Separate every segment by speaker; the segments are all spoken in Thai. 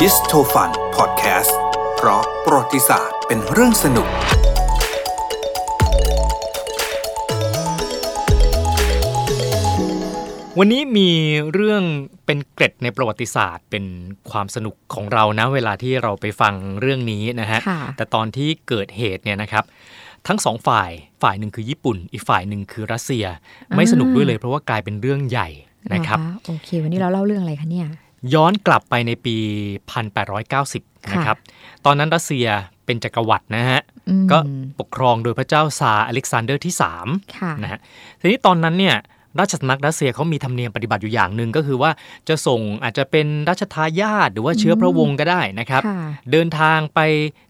Speaker 1: ฮิสโ o ฟันพอดแคสต์เพราะประวัติศาสตร์เป็นเรื่องสนุก
Speaker 2: วันนี้มีเรื่องเป็นเกร็ดในประวัติศาสตร์ เป็นความสนุกของเรานะเวลาที่เราไปฟังเรื่องนี้นะฮะ
Speaker 3: ค่ะ
Speaker 2: แต่ตอนที่เกิดเหตุเนี่ยนะครับ ทั้งสองฝ่ายฝ่ายหนึ่งคือญี่ปุ่น อีกฝ่ายหนึ่งคือรัสเซีย ไม่สนุกด้วยเลยเพราะว่ากลายเป็นเรื่องใหญ่นะครับ
Speaker 3: เหอโอเค วันนี้เราเล่าเรื่องอะไรคะเนี่ย
Speaker 2: ย้อนกลับไปในปี 1890 นะครับ ตอนนั้นรัสเซียเป็นจักรวรรดินะฮะ
Speaker 3: อืม
Speaker 2: ก็ปกครองโดยพระเจ้าซาร์อเล็กซานเดอร์ที่
Speaker 3: ค่ะ
Speaker 2: 3 นะฮะ ทีนี้ตอนนั้นเนี่ยราชสำนักรัสเซียเขามีธรรมเนียมปฏิบัติอยู่อย่างหนึ่งก็คือว่าจะส่งอาจจะเป็นราชทายาทหรือว่าเชื้อพระวงศ์ก็ได้นะครับ
Speaker 3: ค่ะ
Speaker 2: เดินทางไป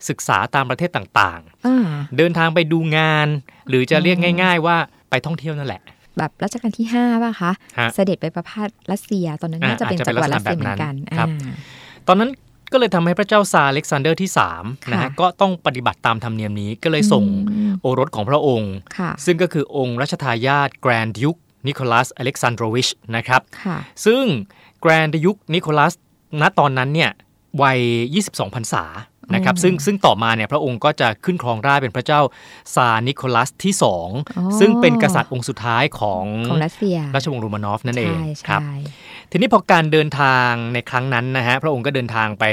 Speaker 2: ศึกษาตามประเทศต่าง
Speaker 3: อ่า
Speaker 2: ๆ เดินทางไปดูงาน หรือจะเรียกง่าย ๆ ว่าไปท่องเที่ยวนั่นแหละ
Speaker 3: แบบรัชกาลที่ 5 ป่ะคะ
Speaker 2: ฮะ
Speaker 3: เสด็จไปประพาสรัสเซีย ตอนนั้น
Speaker 2: อ่า
Speaker 3: น่าจะเป็นจักรวรรดิ
Speaker 2: อา
Speaker 3: รั
Speaker 2: จ
Speaker 3: ส
Speaker 2: จะ
Speaker 3: เซี
Speaker 2: เป็
Speaker 3: ย
Speaker 2: น
Speaker 3: เห
Speaker 2: ลักษณะ
Speaker 3: มือนกัน
Speaker 2: แบบนั้นครับ
Speaker 3: อ่า
Speaker 2: ตอนนั้นก็เลยทำให้พระเจ้าซาร์อเล็กซานเดอร์ที่3นะฮะ
Speaker 3: ค่ะ
Speaker 2: ก็ต้องปฏิบัติตามธรรมเนียมนี้ก็เลยส่ง
Speaker 3: อืม
Speaker 2: โอรสของพระองค์
Speaker 3: ค่ะ
Speaker 2: ซึ่งก็คือองค์รัชทายาทแกรนด์ยุคนิโคลัสอเล็กซานโดรวิชนะครับ
Speaker 3: ค่ะ
Speaker 2: ซึ่งแกรนด์ยุคนิโคลัสณตอนนั้นเนี่ยวัย 22 พรรษานะครับ
Speaker 3: อืม
Speaker 2: ซึ่งซึ่งต่อมาเนี่ยพระองค์ก็จะขึ้นครองราชย์เป็นพระเจ้าซาร์นิโคลัสที่
Speaker 3: อ๋อ
Speaker 2: 2 ซึ่งเป็นกษัตริย์องค์สุดท้ายของ
Speaker 3: ของรัสเซีย
Speaker 2: ราชวงศ์รูมานอฟนั่นเอง
Speaker 3: ใช่
Speaker 2: ครั
Speaker 3: ใช่
Speaker 2: บ ทีนี้พอการเดินทางในครั้งนั้นนะฮะพระองค์ก็เดินทางไป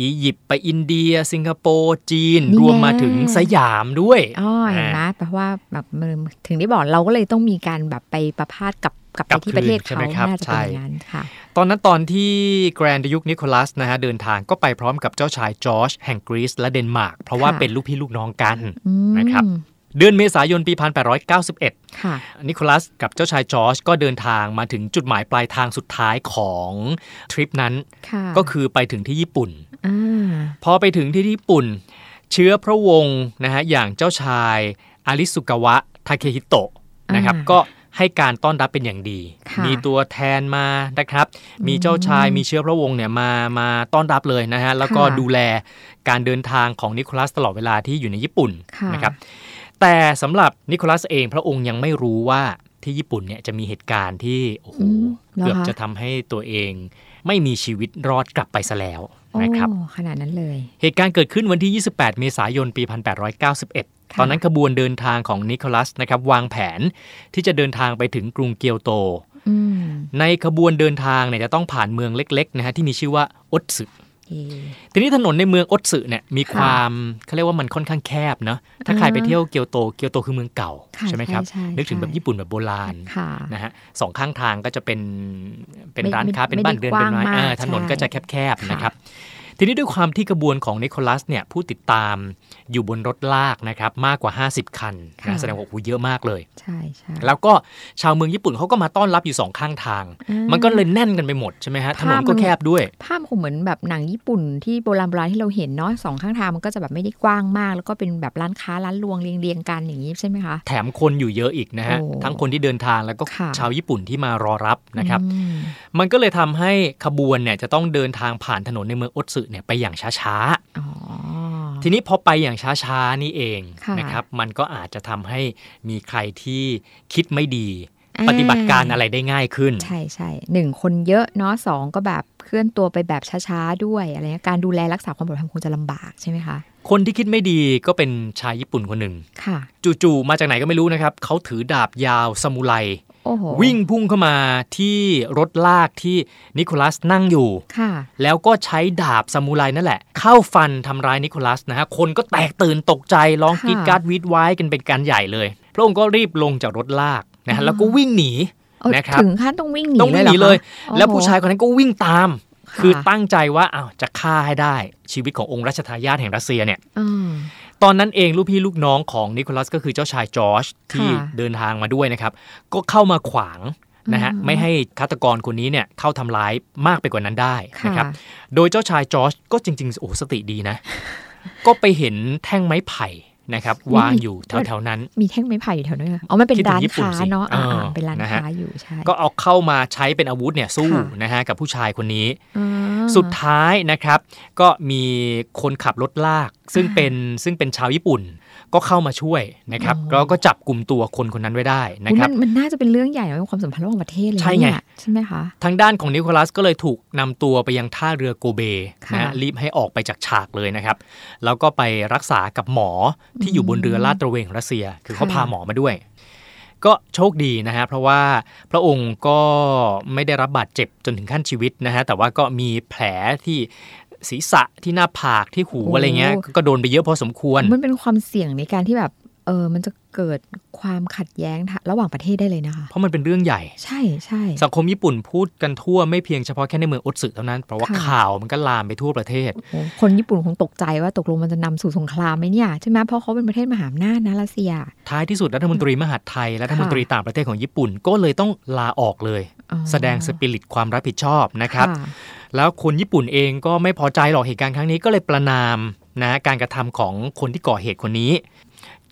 Speaker 2: อียิปต์ไปอินเดีย สิงคโปร์จีน รวมมาถึงสยามด้วย
Speaker 3: อ๋อเห็นไหมแปลว่าแบบมันถึงได้บอกเราก็เลยต้องมีการแบบไปประพาสกับกลับไปที่ประเทศเขาน่าจะเป็นอย่างนั้นค่ะ
Speaker 2: ตอนนั้นตอนที่แกรนด์ยุคนิโคลัสนะฮะเดินทางก็ไปพร้อมกับเจ้าชายจอร์จแห่งกรีซและเดนมาร์กเพราะว่า
Speaker 3: ค่ะ
Speaker 2: เป็นลูกพี่ลูกน้องกัน
Speaker 3: อืม
Speaker 2: นะครับ เดือนเมษายนปี 1891
Speaker 3: ค่ะ
Speaker 2: นิโคลัสกับเจ้าชายจอร์จก็เดินทางมาถึงจุดหมายปลายทางสุดท้ายของทริปนั้น
Speaker 3: ค่ะ
Speaker 2: ก็คือไปถึงที่ญี่ปุ่น
Speaker 3: อ่า
Speaker 2: พอไปถึงที่ญี่ปุ่น เชื้อพระวงศ์นะฮะอย่างเจ้าชายอาริสุกาวะทาเคฮิโตะนะครับ
Speaker 3: อ่า
Speaker 2: ก็ให้การต้อนรับเป็นอย่างดี
Speaker 3: ค่ะ
Speaker 2: มีตัวแทนมานะครับ มีเจ้าชายมีเชื้อพระวงศ์เนี่ยมามาต้อนรับเลยนะฮะแล้วก็
Speaker 3: ค่ะ
Speaker 2: ดูแลการเดินทางของนิโคลัสตลอดเวลาที่อยู่ในญี่ปุ่น
Speaker 3: ค่ะ
Speaker 2: นะครับแต่สำหรับนิโคลัสเองพระองค์ยังไม่รู้ว่าที่ญี่ปุ่นเนี่ยจะมีเหตุการณ์ที่โอ้โห
Speaker 3: อืมเหรอ
Speaker 2: เกือบ
Speaker 3: คะ
Speaker 2: จะทำให้ตัวเอง ไม่มีชีวิตรอดกลับไปซะแล้วนะครับ
Speaker 3: โอ้ขนาดนั้นเลย
Speaker 2: เหตุการณ์เกิดขึ้นวันที่ 28 เมษายน ปี 1891 ตอนนั้นขบวนเดินทางของนิโคลัสนะครับวางแผนที่จะเดินทางไปถึงกรุงเกียวโต
Speaker 3: อืม
Speaker 2: ในขบวนเดินทางเนี่ยจะต้องผ่านเมืองเล็กๆนะฮะที่มีชื่อว่าอดสึ
Speaker 3: เอ่อ
Speaker 2: ทีนี้ถนนในเมืองอดสึเนี่ยมี
Speaker 3: ค่ะ
Speaker 2: ความเขาเรียกว่ามันค่อนข้างแคบเนาะถ้าใคร
Speaker 3: อ่า
Speaker 2: ไปเที่ยวเกียวโตเกียวโตคือเมืองเก่า
Speaker 3: ค่ะ
Speaker 2: ใช่ไหมครับ
Speaker 3: ใช่ใช่
Speaker 2: นึกถึงแบบ
Speaker 3: ใช่
Speaker 2: ญี่ปุ่นแบบโบราณ
Speaker 3: ค่ะ
Speaker 2: นะฮะสองข้างทางก็จะเป็นเป็น
Speaker 3: ไม่
Speaker 2: ร้านค้าเป็
Speaker 3: ไม่
Speaker 2: นบ้านเรือน
Speaker 3: ไม่
Speaker 2: เป็
Speaker 3: ได้
Speaker 2: น
Speaker 3: กว้าง
Speaker 2: ไม้
Speaker 3: มาก
Speaker 2: อ่าถนน
Speaker 3: ใช่
Speaker 2: ก็จะแคบๆ
Speaker 3: ค่ะ
Speaker 2: นะครับ ทีนี้ด้วยความที่กระบวนของนิโคลัสเนี่ยผู้ติดตามอยู่บนรถลากนะครับมากกว่า 50 คันนะแสดงว่าโอ้โหเยอะมากเลย
Speaker 3: ใช่ใช่
Speaker 2: แล้วก็ชาวเมืองญี่ปุ่นเขาก็มาต้อนรับอยู่สองข้างทาง
Speaker 3: อ่า
Speaker 2: มันก็เลยแน่นกันไปหมดใช่ไหมฮะถ
Speaker 3: ภา
Speaker 2: น
Speaker 3: พมัน น
Speaker 2: ก็แคบด้วย
Speaker 3: ภาพคงเหมือนแบบหนังญี่ปุ่นที่โบราณโบราณที่เราเห็นเนาะสองข้างทางมันก็จะแบบไม่ได้กว้างมาก แล้วก็เป็นแบบร้านค้าร้านรวงเรียงเรียงๆกันอย่างนี้ใช่ไหมคะ
Speaker 2: แถมคนอยู่เยอะอีกนะฮะ
Speaker 3: โอ้
Speaker 2: ทั้งคนที่เดินทางแล้วก็
Speaker 3: ค่ะ
Speaker 2: ชาวญี่ปุ่นที่มารอรับนะครับ
Speaker 3: อืม
Speaker 2: มันก็เลยทำให้ขบวนเนี่ยจะต้องเดินทางผ่านถนนในเมืองอตสึเนี่ยไปอย่างช้าๆ
Speaker 3: อ๋อ
Speaker 2: ทีนี้พอไปอย่างช้าๆนี่เอง
Speaker 3: ค่ะ
Speaker 2: นะครับ มันก็อาจจะทำให้มีใครที่คิดไม่ดี ปฏิบัติการอะไรได้ง่ายขึ้น
Speaker 3: ใช่ใช่หนึ่งคนเยอะเนาะสองก็แบบเคลื่อนตัวไปแบบช้าๆด้วยอะไรเงี้ยการดูแลรักษาความปลอดภัยคงจะลำบากใช่ไหมคะ
Speaker 2: คนที่คิดไม่ดีก็เป็นชายญี่ปุ่นคนหนึ่ง
Speaker 3: ค่ะ
Speaker 2: จู่ๆมาจากไหนก็ไม่รู้นะครับ เขาถือดาบยาวซามูไร
Speaker 3: โอ้โห
Speaker 2: วิ่งพุ่งเข้ามาที่รถลากที่นิโคลัสนั่งอยู่
Speaker 3: ค่ะ
Speaker 2: แล้วก็ใช้ดาบซามูไรนั่นแหละ เข้าฟันทำร้ายนิโคลัสนะฮะ คนก็แตกตื่นตกใจร้องก
Speaker 3: ค่ะ
Speaker 2: รีดกราร์ดวีดไว้ายกันเป็นการใหญ่เลย พระองค์ก็รีบลงจากรถลากนะฮะ
Speaker 3: อ่า
Speaker 2: แล้วก็วิ่งหนี
Speaker 3: เอ้ย
Speaker 2: นะครับ
Speaker 3: ถึงขั้นต้องวิ่งหนี
Speaker 2: ต้องวิ่งหนี
Speaker 3: หร
Speaker 2: เลย
Speaker 3: คะโอ้โห
Speaker 2: แล้วผู้ชายคนนั้นก็วิ่งตาม
Speaker 3: ค่ะ
Speaker 2: คือตั้งใจว่าอ้าวจะฆ่าให้ได้ ชีวิตขององค์รัชทายาทแห่งรัสเซียเนี่ย
Speaker 3: อ่า
Speaker 2: ตอนนั้นเองลูกพี่ลูกน้องของนิโคลัสก็คือเจ้าชายจอร์จที่
Speaker 3: ค่ะ
Speaker 2: เดินทางมาด้วยนะครับ ก็เข้ามาขวางนะฮะ
Speaker 3: อืม
Speaker 2: ไม่ให้ฆาตกรคนนี้เนี่ยเข้าทำร้ายมากไปกว่านั้นได้
Speaker 3: ค่ะ
Speaker 2: นะครับ โดยเจ้าชายจอร์จก็จริงๆโอ้สติดีนะ ก็ไปเห็นแท่งไม้ไผ่นะครับวางอยู่แถวๆนั้น
Speaker 3: มีแท่งไม้ไผ่อยู่แถวนั้นเหรออ๋อมันเป็น
Speaker 2: คิดถึง
Speaker 3: ร้าน
Speaker 2: ญี่ปุ่น
Speaker 3: ค้า
Speaker 2: สิ
Speaker 3: เนาะอ่า
Speaker 2: เออ
Speaker 3: เป็นร้าน
Speaker 2: นะฮะ
Speaker 3: ค้าอยู่ใช่
Speaker 2: ก็เอาเข้ามาใช้เป็นอาวุธเนี่ยสู้
Speaker 3: ค่ะ
Speaker 2: นะฮะกับผู้ชายคนนี้
Speaker 3: อ่า
Speaker 2: สุดท้ายนะครับก็มีคนขับรถลาก ซึ่งเป็นซึ่งเป็นชาวญี่ปุ่น ก็เข้ามาช่วยนะครับ
Speaker 3: อ๋อ
Speaker 2: แล้วก็จับกลุ่มตัวคนคนนั้นไว้ได้นะ
Speaker 3: อุ๊ย
Speaker 2: ครั
Speaker 3: มั
Speaker 2: บ
Speaker 3: นมันน่าจะเป็นเรื่องใหญ่ในความสัมพันธ์ระหว่างประเทศเลยนะ
Speaker 2: ใช่ไง
Speaker 3: เนี่ยใช่ไหมคะ
Speaker 2: ทางด้านของนิโคลัสก็เลยถูกนำตัวไปยังท่าเรือโกเบ
Speaker 3: ค่ะ
Speaker 2: นะฮะรีบให้ออกไปจากฉากเลยนะครับ แล้วก็ไปรักษากับหมอที่อยู่บนเรือลาดตระเวนของรัสเซีย คือเขา
Speaker 3: ค่ะ
Speaker 2: พาหมอมาด้วย ก็โชคดีนะฮะเพราะว่าพระองค์ก็ไม่ได้รับบาดเจ็บจนถึงขั้นชีวิตนะฮะแต่ว่าก็มีแผลที่ศีรษะที่หน้าผากที่หูอะไรเงี้ยก็โดนไปเยอะพอสมควร
Speaker 3: มันเป็นความเสี่ยงในการที่แบบเออมันจะเกิดความขัดแย้งทะระหว่างประเทศได้เลยนะคะ
Speaker 2: เพราะมันเป็นเรื่องใหญ่
Speaker 3: ใช่ใช่
Speaker 2: สังคมญี่ปุ่นพูดกันทั่วไม่เพียงเฉพาะแค่ในเมืองโอตสึเท่านั้น เพราะว่า
Speaker 3: ค่ะ
Speaker 2: ข่าวมันก็ลามไปทั่วประเทศ
Speaker 3: โอ้คนญี่ปุ่นคงตกใจว่าตกลงมันจะนำสู่สงครามไหมเนี่ยใช่ไหมเพราะเขาเป็นประเทศมหาอำนาจนะรัสเซีย
Speaker 2: ท้ายที่สุดรัฐมนตรีมหาดไทยและรัฐมนตรีต่างประเทศของญี่ปุ่นก็เลยต้องลาออกเลย
Speaker 3: อ๋อ
Speaker 2: แสดงสปิริตความรับผิดชอบนะครับ
Speaker 3: ค่ะ
Speaker 2: แล้วคนญี่ปุ่นเองก็ไม่พอใจหรอกเหตุการณ์ครั้งนี้ก็เลยประนามนะการกระทำของคนที่ก่อเหตุคนนี้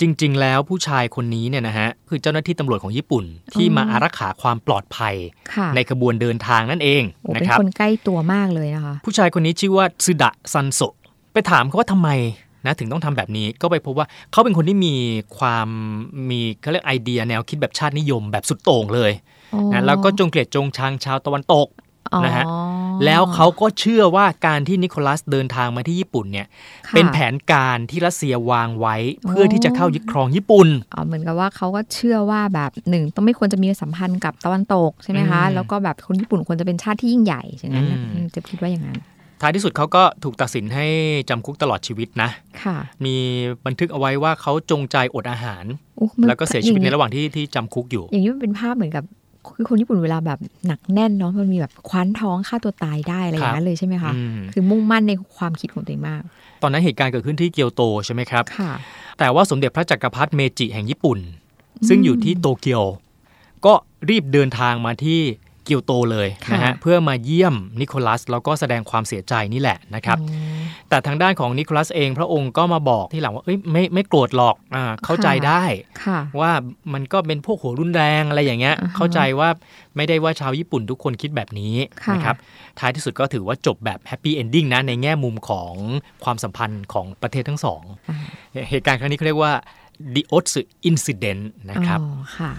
Speaker 2: จริงๆ แล้วผู้ชายคนนี้เนี่ยนะฮะคือเจ้าหน้าที่ตำรวจของญี่ปุ่น ที่มาอารักขาความปลอดภัย
Speaker 3: ค่ะ
Speaker 2: ในขบวนเดินทางนั่นเอง
Speaker 3: โอ้
Speaker 2: นะ
Speaker 3: เป็น
Speaker 2: ครับ
Speaker 3: คนใกล้ตัวมากเลยนะคะ
Speaker 2: ผู้ชายคนนี้ชื่อว่าซึดะซันโซะไปถามเขาว่าทำไมนะถึงต้องทำแบบนี้ก็ไปพบว่าเขาเป็นคนที่มีความมีเขาเรียกไอเดียแนวคิดแบบชาตินิยมแบบสุดโต่งเลยนะแล้วก็จงเกลียดจงชังชาวตะวันตก นะฮะ
Speaker 3: อ๋อ
Speaker 2: แล้วเขาก็เชื่อว่าการที่นิโคลัสเดินทางมาที่ญี่ปุ่นเนี่ย
Speaker 3: ค่ะ
Speaker 2: เป็นแผนการที่รัสเซียวางไว้เพื่อที่จะเข้ายึดครองญี่ปุ่น
Speaker 3: อ๋อเหมือนกับว่าเขาก็เชื่อว่าแบบหนึ่งต้องไม่ควรจะมีสัมพันธ์กับตะวันตกใช่ไหมคะ
Speaker 2: อืม
Speaker 3: แล้วก็แบบคนญี่ปุ่นควรจะเป็นชาติที่ยิ่งใหญ่ฉะนั้นน่ะ
Speaker 2: อืม
Speaker 3: อืมจะคิดว่าอย่างนั้น
Speaker 2: ท้ายที่สุดเขาก็ถูกตัดสินให้จำคุกตลอดชีวิตนะ
Speaker 3: ค่ะ
Speaker 2: มีบันทึกเอาไว้ว่าเขาจงใจอดอาหาร
Speaker 3: อุ๊ยมัน
Speaker 2: แล้วก็เสียชีวิต
Speaker 3: อาง
Speaker 2: ใน
Speaker 3: นี้
Speaker 2: ระหว่างที่ที่จำคุกอยู่
Speaker 3: อย่างนี้มันเป็นภาพเหมือนกับคือคนญี่ปุ่นเวลาแบบหนักแน่นเนาะมันมีแบบคว้านท้องฆ่าตัวตายได้อะไรอย่างนั้นเลยใช่ไหมคะ
Speaker 2: อืม
Speaker 3: คือมุ่งมั่นในความคิดของตัวเองมาก
Speaker 2: ตอนนั้นเหตุการณ์เกิดขึ้นที่เกียวโตใช่ไหมครับ
Speaker 3: ค่ะ
Speaker 2: แต่ว่าสมเด็จพระจักรพรรดิเมจิแห่งญี่ปุ่น
Speaker 3: อืม
Speaker 2: ซึ่งอยู่ที่โตเกียว ก็รีบเดินทางมาที่เกียวโตเลย
Speaker 3: ค่ะ
Speaker 2: นะฮะเพื่อมาเยี่ยมนิโคลัสแล้วก็แสดงความเสียใจนี่แหละนะครับ
Speaker 3: อ๋อ
Speaker 2: แต่ทางด้านของนิโคลัสเองพระองค์ก็มาบอกที่หลังว่าเอ้ยไม่ไม่โกรธหรอกอ่าเข้าใจได้
Speaker 3: ค่ะ
Speaker 2: ว่ามันก็เป็นพวกหัวรุนแรงอะไรอย่างเงี้ย
Speaker 3: อ่าฮะ
Speaker 2: เข้าใจว่าไม่ได้ว่าชาวญี่ปุ่นทุกคนคิดแบบนี้
Speaker 3: ค่ะ
Speaker 2: นะครับท้ายที่สุดก็ถือว่าจบแบบแฮปปี้เอนดิ้งนะในแง่มุมของความสัมพันธ์ของประเทศทั้งสอง เหตุการณ์ครั้งนี้เขาเรียกว่า the o t s u incident นะครับ
Speaker 3: อ๋อค่ะ